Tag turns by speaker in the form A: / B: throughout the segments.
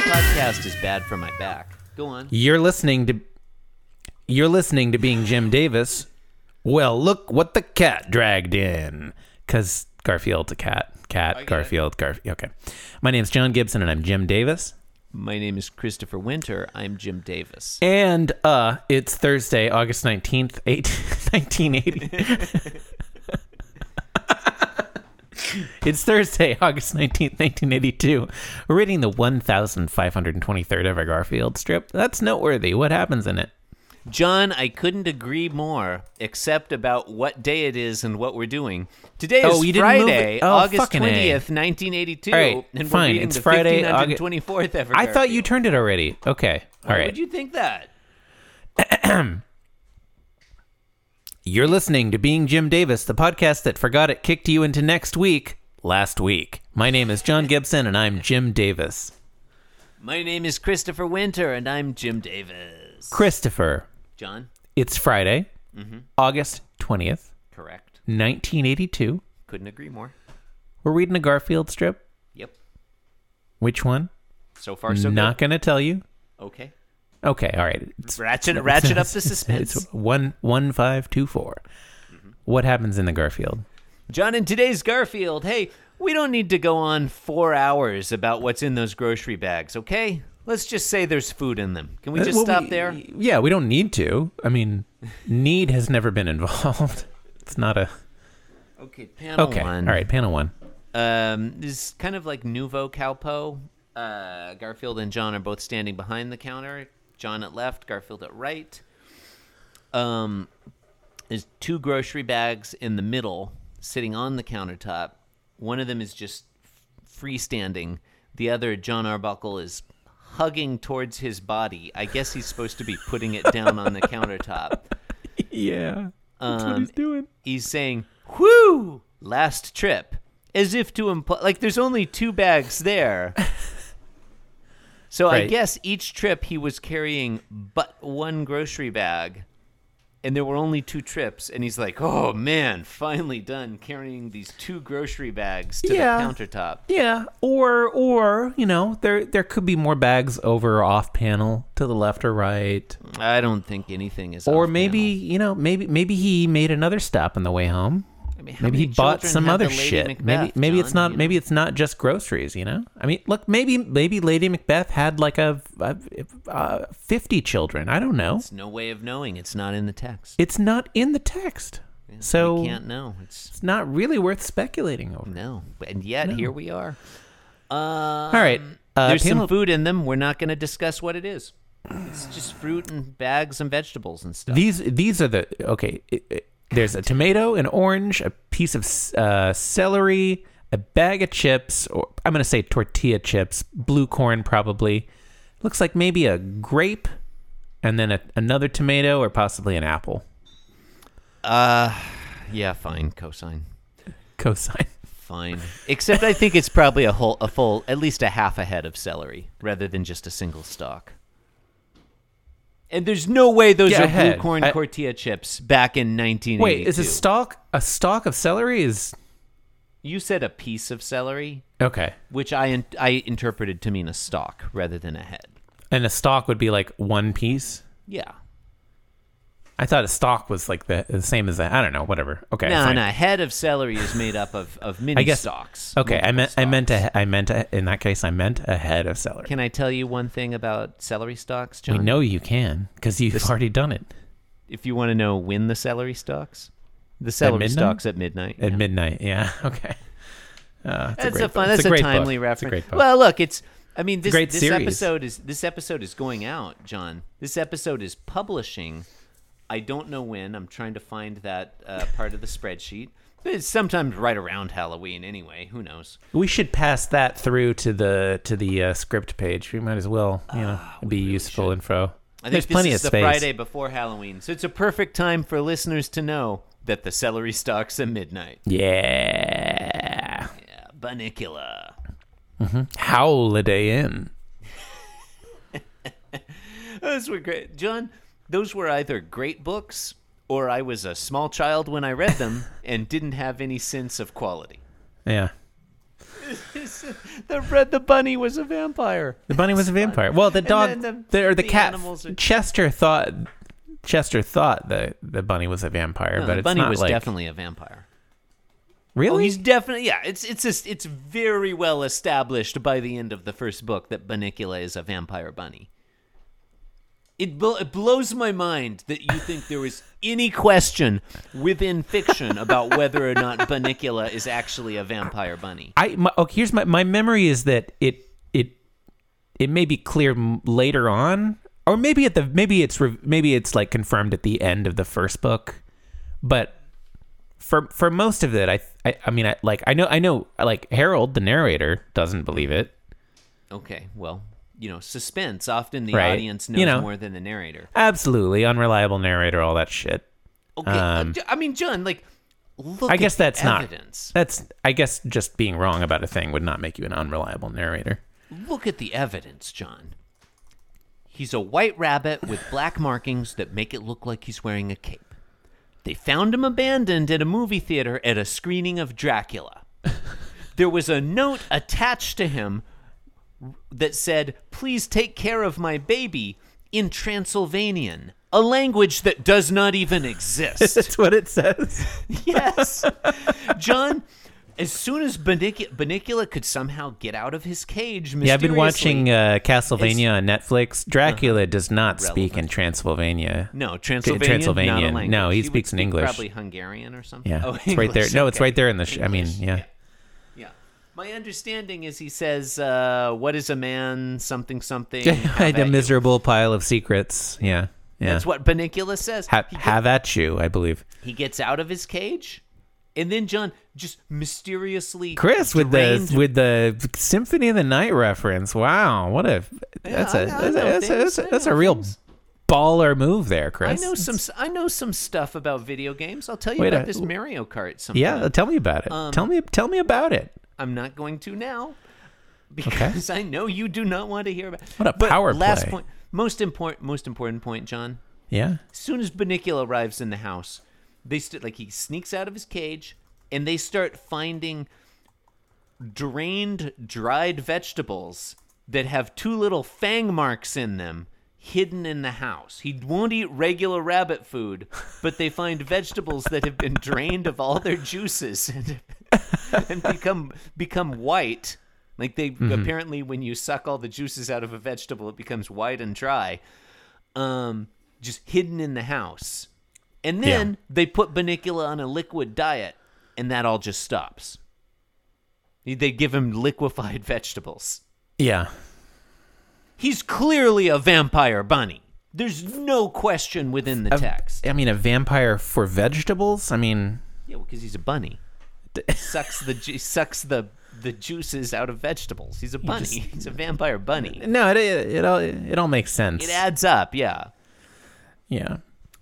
A: podcast is bad for my back. Go on.
B: You're listening to You're listening to being Jim Davis. Well, look what the cat dragged in. Cause Garfield's a cat. Cat, Garfield, Garfield. Okay. My name's John Gibson and I'm Jim Davis.
A: My name is Christopher Winter. I'm Jim Davis.
B: And uh it's Thursday, August 19th, 8, 1980. it's Thursday, August 19th, 1982. We're reading the 1523rd ever Garfield strip. That's noteworthy. What happens in it?
A: John, I couldn't agree more, except about what day it is and what we're doing. Today is
B: Oh, you didn't move
A: Friday,
B: it. Oh,
A: August
B: fucking A.
A: 20th, 1982.
B: All right,
A: and
B: fine.
A: We're reading
B: It's
A: the
B: Friday, August-
A: 24th ever.
B: I thought you
A: Garfield.
B: turned it already. Okay. All
A: Would
B: right.
A: you think that?
B: You're listening to Being Jim Davis, the podcast that forgot it kicked you into next week last week. My name is John Gibson, and I'm Jim Davis.
A: My name is Christopher Winter, and I'm Jim Davis.
B: Christopher,
A: John,
B: it's Friday,
A: Mm-hmm.
B: August 20th,
A: correct.
B: 1982.
A: Couldn't agree more.
B: We're reading a Garfield strip.
A: Yep.
B: Which one?
A: So far, so
B: Not going to tell you.
A: good. Okay.
B: Okay. All right. It's,
A: Ratchet, ratchet up the suspense.
B: it's one, one, five, two, four.
A: Mm-hmm.
B: What happens in the Garfield?
A: John, in today's Garfield, hey, we don't need to go on four hours about what's in those grocery bags, okay? Let's just say there's food in them. Can we just
B: Uh, Well,
A: stop
B: we-
A: there?
B: Yeah, we don't need to. I mean, need has never been involved. It's not a
A: Okay, panel
B: okay.
A: one.
B: All right, panel one.
A: Um, this is kind of like Nouveau Calpo. Uh, Garfield and John are both standing behind the counter. John at left, Garfield at right. Um, there's two grocery bags in the middle, sitting on the countertop. One of them is just f- freestanding. The other, John Arbuckle, is hugging towards his body. I guess he's supposed to be putting it down on the countertop.
B: Yeah, that's what
A: Um,
B: he's doing.
A: he's saying whoo last trip as if to imply like there's only two bags there so i
B: Right.
A: guess each trip he was carrying but one grocery bag and there were only two trips and he's like oh man finally done carrying these two grocery bags to
B: Yeah.
A: the countertop
B: Yeah, or or you know, there there could be more bags over or off panel to the left or right,
A: i don't think anything is
B: or
A: off
B: maybe
A: panel.
B: you know, maybe maybe he made another stop on the way home.
A: I mean, how
B: Maybe he
A: many
B: bought
A: children
B: some
A: had
B: other
A: the Lady
B: shit. maybe
A: Macbeth,
B: maybe it's
A: John,
B: not
A: you know?
B: maybe it's not just groceries. You know, I mean, look, maybe maybe Lady Macbeth had like a, a, uh fifty children. I don't know.
A: There's no way of knowing it's not in the text
B: It's not in the text,
A: you
B: so
A: can't Um, know it's
B: it's not really worth speculating over.
A: No, and yet here we are. Um,
B: All right, uh,
A: there's
B: panel-
A: some food in them. We're not going to discuss what it is. It's just fruit and bags and vegetables and stuff.
B: These these are the okay. It, it, there's a tomato, an orange, a piece of c- uh, celery, a bag of chips, or I'm gonna say tortilla chips, blue corn probably. Looks like maybe a grape, and then a, another tomato or possibly an apple.
A: yeah, fine, cosine,
B: Cosine.
A: fine. Except I think it's probably a whole, a full, at least a half a head of celery rather than just a single stalk. And there's no way those
B: Yeah, a
A: are blue
B: head.
A: corn
B: I-
A: tortilla chips back in 1982.
B: Wait, is a stalk a stalk of celery? Is
A: you said a piece of celery,
B: okay,
A: which I in- I interpreted to mean a stalk rather than a head.
B: and a stalk would be like one piece.
A: Yeah.
B: I thought a stalk was like the, the same as that. I don't know. Whatever. Okay.
A: No,
B: fine.
A: no. Head of celery is made up of, of mini
B: I guess-
A: stalks.
B: Okay, I
A: multiple
B: meant I
A: stalks.
B: meant a, I meant a, in that case I meant a head of celery.
A: Can I tell you one thing about celery stalks,
B: we
A: John?
B: know you can because you've already done it
A: If you want to know when the celery stalks, the celery
B: midnight?
A: stalks at midnight.
B: at
A: yeah.
B: midnight. Yeah. Okay. Uh, it's
A: That's
B: great
A: a, fun.
B: book. It's
A: That's a,
B: great book.
A: timely
B: It's
A: reference.
B: a great book.
A: Well, look, it's. I mean, this,
B: great
A: this
B: series.
A: episode is this episode is going out, John. This episode is publishing. I don't know when. I'm trying to find that uh, part of the spreadsheet. But it's sometimes right around Halloween, anyway. Who knows?
B: we should pass that through to the to the uh, script page. We might as well, you know,
A: Ah,
B: it'd be useful info.
A: I think
B: There's
A: this
B: plenty
A: is
B: of
A: the
B: space.
A: Friday before Halloween, so it's a perfect time for listeners to know that the celery stalks at midnight.
B: Yeah.
A: Yeah, Bunicula.
B: Holiday Inn.
A: Those were great, John. Those were either great books, or I was a small child when I read them and didn't have any sense of quality.
B: Yeah.
A: was the red. The bunny was a vampire.
B: The bunny was a vampire. Well, the dog,
A: then the-
B: the, or the,
A: the
B: cat.
A: animals are-
B: Chester thought Chester thought the the bunny was a vampire,
A: No,
B: but
A: the
B: it's
A: bunny
B: not
A: was
B: like
A: definitely a vampire. Oh,
B: really.
A: he's definitely yeah. It's it's just, it's very well established by the end of the first book that Banicula is a vampire bunny. It, bl- it blows my mind that you think there is any question within fiction about whether or not Banicula is actually a vampire bunny.
B: I my, okay, here's my my memory is that it it it may be clear m- later on, or maybe at the maybe it's re, maybe it's like confirmed at the end of the first book, but for for most of it, I I, I mean I like I know I know like Harold the narrator doesn't believe it.
A: Okay, well, you know, suspense. Often the
B: Right.
A: audience knows
B: You know.
A: more than the narrator.
B: Absolutely unreliable narrator, all that shit.
A: Okay, uh, I mean, John, like, look.
B: Um, I guess
A: at
B: that's
A: the
B: not-
A: evidence.
B: That's I guess just being wrong about a thing would not make you an unreliable narrator.
A: Look at the evidence, John. He's a white rabbit with black markings that make it look like he's wearing a cape. They found him abandoned at a movie theater at a screening of Dracula. there was a note attached to him that said, Please take care of my baby in Transylvanian, a language that does not even exist.
B: That's what it says.
A: Yes. John, as soon as Banicula, Banicula could somehow get out of his cage,
B: Yeah, I've been watching
A: mysteriously- Uh-huh.
B: uh, Castlevania on Netflix. Dracula does not speak in
A: Relevant.
B: Transylvania.
A: no, Transylvanian.
B: Transylvanian.
A: Not a
B: No,
A: language.
B: he
A: would
B: speaks in
A: speak
B: English.
A: Probably Hungarian or something.
B: Yeah,
A: Oh,
B: it's right there.
A: English,
B: No, it's
A: okay.
B: right there in the. Sh- I mean,
A: English,
B: yeah.
A: Yeah. My understanding is he says, uh, "What is a man? Something something." Have
B: a
A: at you.
B: miserable pile of secrets. Yeah, yeah.
A: That's what Banicula says.
B: Ha-
A: He
B: have at you, I believe.
A: He gets out of his cage, and then John just mysteriously
B: Chris with
A: drained
B: the with the Symphony of the Night reference. Wow, what a that's
A: I
B: a
A: know- I
B: that's a
A: know
B: that's a,
A: things.
B: that's a,
A: I
B: that's a
A: know
B: real
A: things.
B: baller move there,
A: I
B: Chris.
A: know some. I know some stuff about video games. I'll tell you
B: Wait,
A: about
B: uh,
A: this Mario Kart. Sometime.
B: Yeah, tell me about
A: Um,
B: it. tell me tell me about it.
A: I'm not going to now because I know you do not want to hear about.
B: What a
A: but
B: power
A: Last
B: play.
A: point. Most important. Most important point, John.
B: Yeah.
A: As soon as Banicula arrives in the house, they st- like he sneaks out of his cage, and they start finding drained, dried vegetables that have two little fang marks in them hidden in the house. He won't eat regular rabbit food, but they find vegetables that have been drained of all their juices and, and become become white. Like they apparently when you suck all the juices out of a vegetable it becomes white and dry. Um just hidden in the house. And then they put Banicula on a liquid diet and that all just stops. They give him liquefied vegetables.
B: Yeah.
A: He's clearly a vampire bunny. There's no question within the text.
B: I mean, a vampire for vegetables? I mean,
A: Yeah, because he's a bunny. sucks the ju- sucks the the juices out of vegetables. He's a bunny. he's a vampire bunny.
B: no, it it all it all makes sense.
A: It adds up. Yeah.
B: yeah.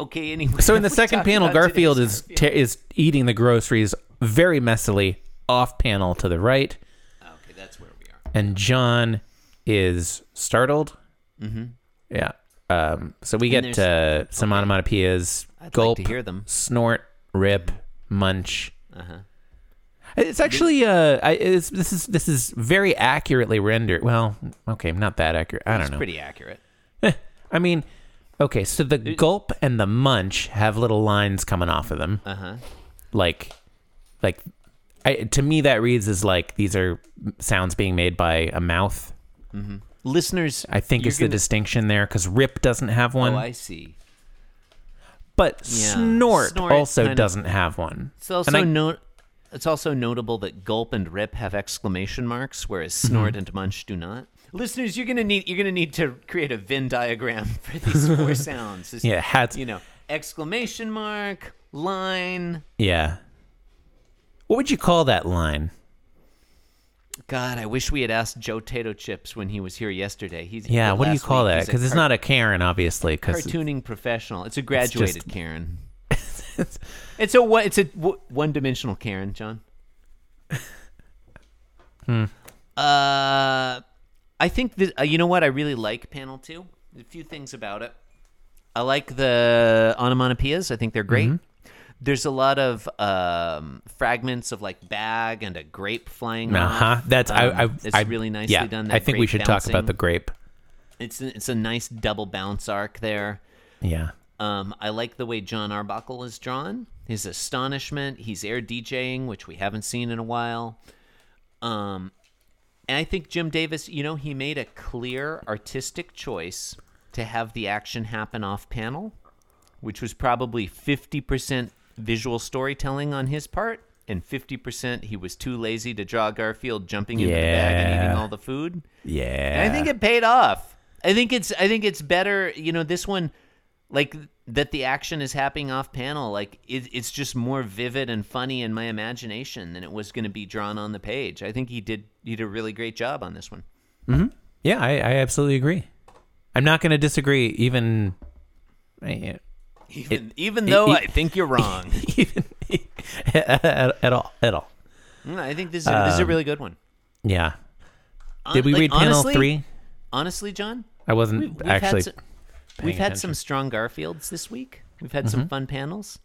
A: Okay. Anyway.
B: So in the
A: we
B: second
A: talked
B: panel,
A: about today's-
B: Garfield is te- is eating the groceries very messily off panel to the right,
A: Okay, that's where we are.
B: and John is startled. Mm-hmm. Yeah. Um, so we get uh, some onomatopoeias:
A: I'd
B: gulp,
A: like to hear them. Uh-huh.
B: snort, rip, munch. It's actually uh, I, it's, this is this is very accurately rendered. Well, okay, not that accurate. I don't know.
A: Pretty accurate.
B: I mean, okay, so the gulp and the munch have little lines coming off of them. Uh
A: Uh-huh.
B: huh. Like, like, I, to me that reads as like these are sounds being made by a mouth.
A: Listeners,
B: I think
A: You're
B: is the
A: gonna-
B: distinction there because rip doesn't have one,
A: Oh, I see.
B: but
A: Yeah.
B: snort,
A: Snort
B: also
A: kinda-
B: doesn't have one.
A: It's also
B: And I-
A: no- It's also notable that gulp and rip have exclamation marks, whereas
B: Mm-hmm.
A: snort and munch do not. Listeners, you're gonna need you're gonna need to create a Venn diagram for these four sounds. It's,
B: yeah, hats.
A: you know, exclamation mark, line.
B: Yeah. What would you call that line?
A: God, I wish we had asked Joe Tato Chips when he was here yesterday. He's
B: Yeah,
A: here
B: what do you
A: last
B: call
A: week.
B: that?
A: He's a
B: Because it's
A: car-
B: not a Karen, obviously. Because
A: cartooning professional. It's a graduated Karen. it's a one. It's a one dimensional Karen, John.
B: Hmm.
A: Uh, I think that uh, you know what I really like panel two.
B: Mm-hmm.
A: A few things about it. I like the onomatopoeias. I think they're great. There's a lot of um, fragments of like bag and a grape flying.
B: Uh
A: off.
B: huh. That's I, I.
A: Um, it's
B: I-
A: really nicely
B: yeah,
A: done.
B: I
A: that
B: think we
A: grape
B: should talk
A: bouncing.
B: about the grape.
A: It's it's a nice double bounce arc there.
B: Yeah.
A: Um, I like the way John Arbuckle is drawn. His astonishment. He's air DJing, which we haven't seen in a while. Um, and I think Jim Davis, you know, he made a clear artistic choice to have the action happen off panel, which was probably 50% visual storytelling on his part, and 50% he was too lazy to draw Garfield jumping into the bag and eating
B: Yeah.
A: all the food.
B: Yeah.
A: And I think it paid off. I think it's I think it's better, you know, this one like that the action is happening off panel, like it, it's just more vivid and funny in my imagination than it was going to be drawn on the page. I think he did he did a really great job on this one.
B: Yeah, I, I absolutely agree. I'm not going to disagree, even I-
A: Even even though
B: it-
A: I think you're wrong.
B: even at, at all. At all.
A: Mm, I think this is, this is a really good one.
B: Yeah.
A: Hon-
B: Um, Did we
A: like,
B: read panel
A: honestly-
B: three?
A: Honestly, John,
B: I wasn't
A: we've had
B: actually.
A: some, we've had some strong Garfields this week. We've had
B: Mm-hmm.
A: some fun panels.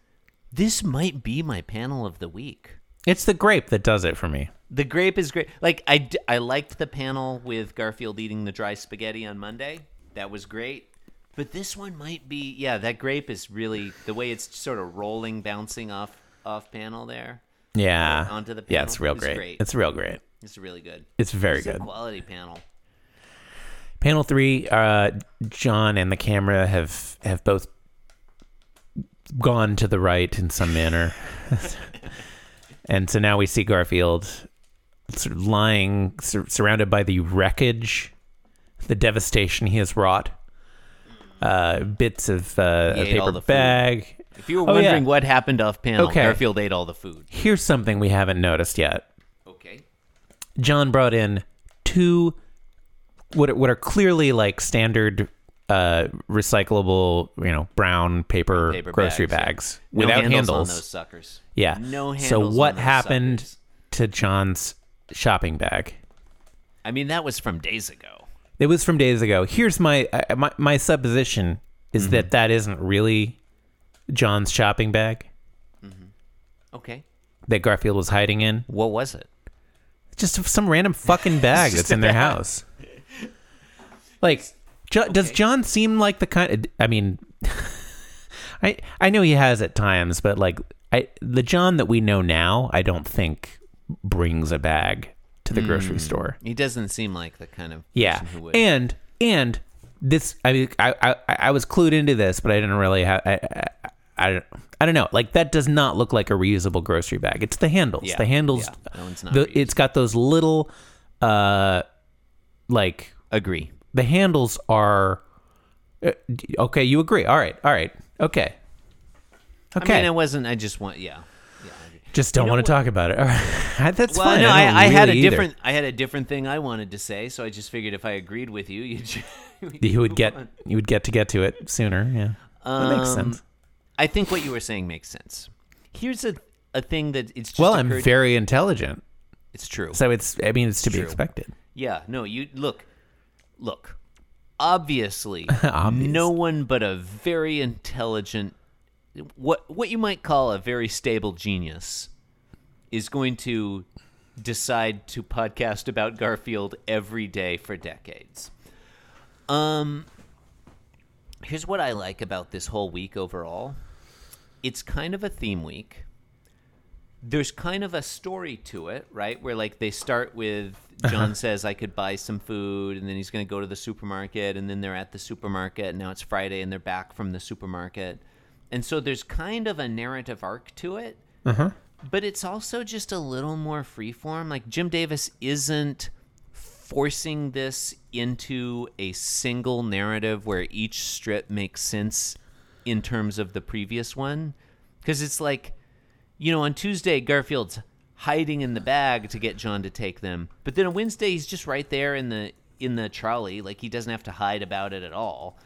A: This might be my panel of the week.
B: It's the grape that does it for me.
A: The grape is great. Like I, d- I liked the panel with Garfield eating the dry spaghetti on Monday. That was great. But this one might be yeah. That grape is really the way it's sort of rolling, bouncing off off panel there.
B: Yeah.
A: Onto the
B: yeah, it's
A: panel
B: real
A: is
B: great.
A: great.
B: It's real great.
A: It's really good.
B: It's very
A: It's a
B: good.
A: quality panel.
B: Panel three, uh, John and the camera have have both gone to the right in some manner, and so now we see Garfield sort of lying, sur- surrounded by the wreckage, the devastation he has wrought, uh, bits of
A: Mm.
B: uh,
A: He
B: a
A: ate all
B: paper
A: the food.
B: bag.
A: If you were
B: Oh, yeah.
A: wondering what happened off panel,
B: Okay.
A: Garfield ate all the food.
B: Here's something we haven't noticed yet.
A: Okay.
B: John brought in two what what are clearly like standard uh recyclable, you know, brown paper,
A: Paper
B: grocery
A: bags,
B: bags,
A: No
B: without
A: handles,
B: handles.
A: on those suckers.
B: Yeah.
A: No handles.
B: So what
A: on those
B: happened
A: suckers.
B: to John's shopping bag?
A: I mean, that was from days ago.
B: It was from days ago. Here's my uh, my, my supposition is
A: Mm-hmm.
B: that that isn't really John's shopping bag
A: Okay.
B: that Garfield was hiding in.
A: What was it?
B: just some random fucking bag that's in their house. Like, jo- does John seem like the kind? I mean, I I know he has at times, but like, I the John that we know now, I don't think brings a bag to the grocery store.
A: He doesn't seem like the kind of
B: Yeah,
A: person who would.
B: and and this, I mean, I, I I was clued into this, but I didn't really have. I, I, I don't, I don't know. Like that does not look like a reusable grocery bag. It's the handles.
A: Yeah,
B: The handles.
A: yeah. That one's not
B: the-
A: reusable.
B: it's got those little, uh, like
A: Agree.
B: the handles are. Uh, okay, you agree. All right, all right. Okay. Okay.
A: I mean, I wasn't. I just want. Yeah. Yeah. I agree.
B: Just don't want to talk about it. All right. That's
A: Well,
B: fine.
A: no, I,
B: don't
A: I, had a
B: really either.
A: different. I had a different thing I wanted to say, so I just figured if I agreed with you, you. Just,
B: You would get. You would get to get to it sooner. Yeah. that makes
A: Um,
B: sense.
A: I think what you were saying makes sense. Here's a a thing that it's just
B: Well, I'm
A: occurred-
B: very intelligent,
A: It's true.
B: so it's. I mean, it's to be
A: True.
B: expected.
A: Yeah, no, you look, look. Obviously,
B: Obvious.
A: no one but a very intelligent, what what you might call a very stable genius, is going to decide to podcast about Garfield every day for decades. Um, here's what I like about this whole week overall. It's kind of a theme week. There's kind of a story to it, right? Where like they start with John says I could buy some food and then he's going to go to the supermarket and then they're at the supermarket and now it's Friday and they're back from the supermarket. And so there's kind of a narrative arc to it. But it's also just a little more freeform. Like Jim Davis isn't forcing this into a single narrative where each strip makes sense in terms of the previous one because it's like you know on tuesday garfield's hiding in the bag to get john to take them but then on wednesday he's just right there in the in the trolley like he doesn't have to hide about it at all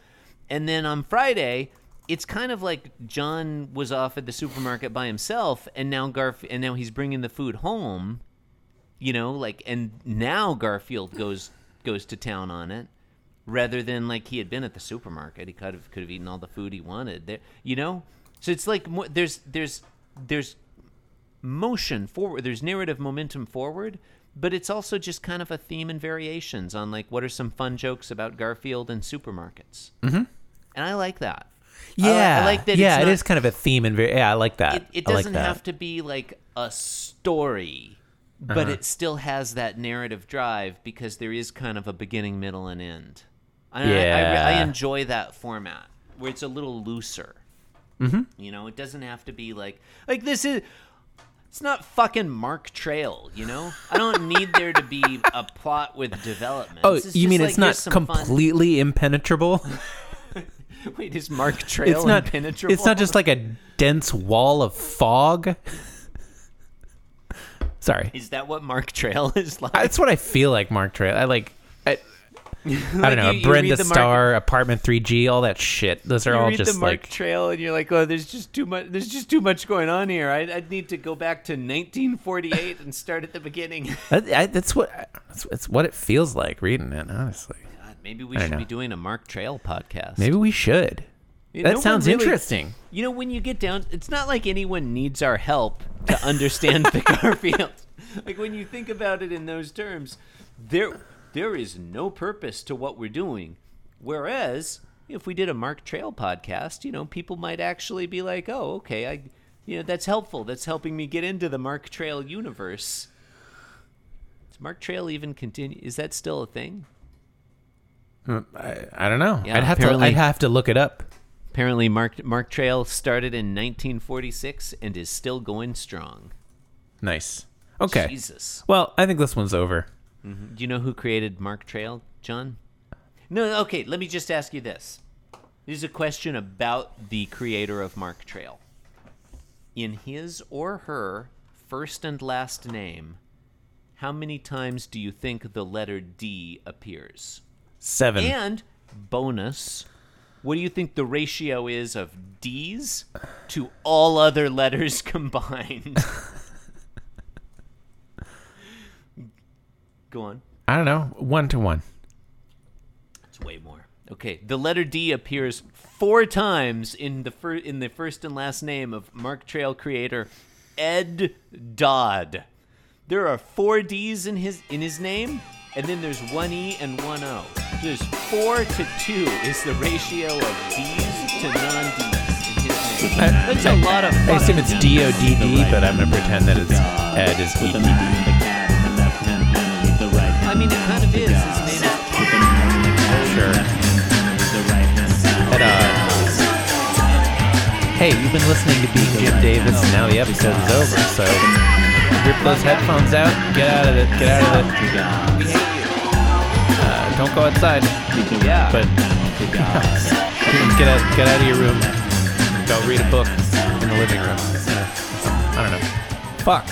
A: and then on friday it's kind of like john was off at the supermarket by himself and now garf and now he's bringing the food home you know like and now garfield goes goes to town on it rather than like he had been at the supermarket he could have could have eaten all the food he wanted there you know so it's like more, there's there's there's motion forward there's narrative momentum forward but it's also just kind of a theme and variations on like what are some fun jokes about garfield and supermarkets mm-hmm. and i like that I li-
B: Yeah,
A: I, like that
B: Yeah,
A: it's
B: it
A: not-
B: is kind of a theme, and very yeah, I like that.
A: it, it
B: I like
A: doesn't
B: that.
A: have to be like a story but
B: Uh-huh.
A: it still has that narrative drive because there is kind of a beginning middle and end I- I, I, I,
B: Yeah.
A: enjoy that format where it's a little looser mm-hmm. you know it doesn't have to be like like this is it's not fucking Mark Trail, you know. I don't need there to be a plot with development.
B: Oh,
A: This is
B: you
A: just
B: mean
A: like,
B: it's
A: here's
B: not
A: some fun-
B: completely impenetrable?
A: Wait, is Mark Trail
B: it's not
A: impenetrable?
B: It's not just like a dense wall of fog. Sorry,
A: Is that what Mark Trail is like?
B: that's what I feel like. Mark Trail. I like. I, I don't know.
A: you- you
B: Brenda
A: read the Mark-
B: Star, Apartment 3G, all that shit. Those are
A: you
B: all
A: read
B: just
A: the Mark
B: like
A: Trail and you're like, oh, there's just too much. There's just too much going on here. I, I'd need to go back to 1948 and start at the beginning.
B: I, I, that's what that's, that's what it feels like reading it. Honestly,
A: God, maybe we
B: don't
A: should be
B: know.
A: doing a Mark Trail podcast.
B: maybe we should.
A: You know,
B: that
A: no one
B: sounds
A: really-
B: interesting.
A: You know, when you get down, it's not like anyone needs our help to understand the Garfield. Like when you think about it in those terms, there there is no purpose to what we're doing. Whereas if we did a Mark Trail podcast, you know, people might actually be like, "Oh, okay, I, you know, that's helpful. That's helping me get into the Mark Trail universe." Does Mark Trail even continue? Is that still a thing?
B: Hmm, I, I don't know.
A: Yeah,
B: I'd have
A: apparently-
B: to. I'd have to look it up.
A: Apparently, Mark Mark Trail started in 1946 and is still going strong.
B: Nice. Okay.
A: Jesus.
B: Well, I think this one's over.
A: Do you know who created Mark Trail, John? No, okay, let me just ask you this. This is a question about the creator of Mark Trail. In his or her first and last name, how many times do you think the letter D appears?
B: Seven.
A: And bonus, what do you think the ratio is of D's to all other letters combined? Go on.
B: I don't know. One to one.
A: It's way more. Okay, the letter D appears four times in the fir- in the first and last name of Mark Trail creator Ed Dodd. There are four D's in his in his name, and then there's one E and one O. There's four to two is the ratio of D's to non-D's in his name. That's a lot of.
B: I assume it's
A: fucking
B: D O
A: numbers.
B: D D, but I'm gonna pretend that it's Ed is E D D.
A: I mean, it kind of is. His name is
B: Sure. But, uh, hey, you've been listening to Being Jim Davis, and now the episode is over. So rip those headphones out. Get out of it. Get out of it. Uh, don't go outside.
A: yeah.
B: But get out, get out of your room. Go read a book in the living room. I don't know. Fuck.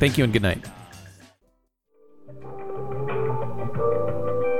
B: Thank you and good night.